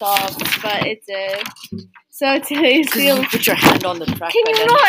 off, but it did. So today's 'Cause you deal. put your hand on the track. Can by you then. not?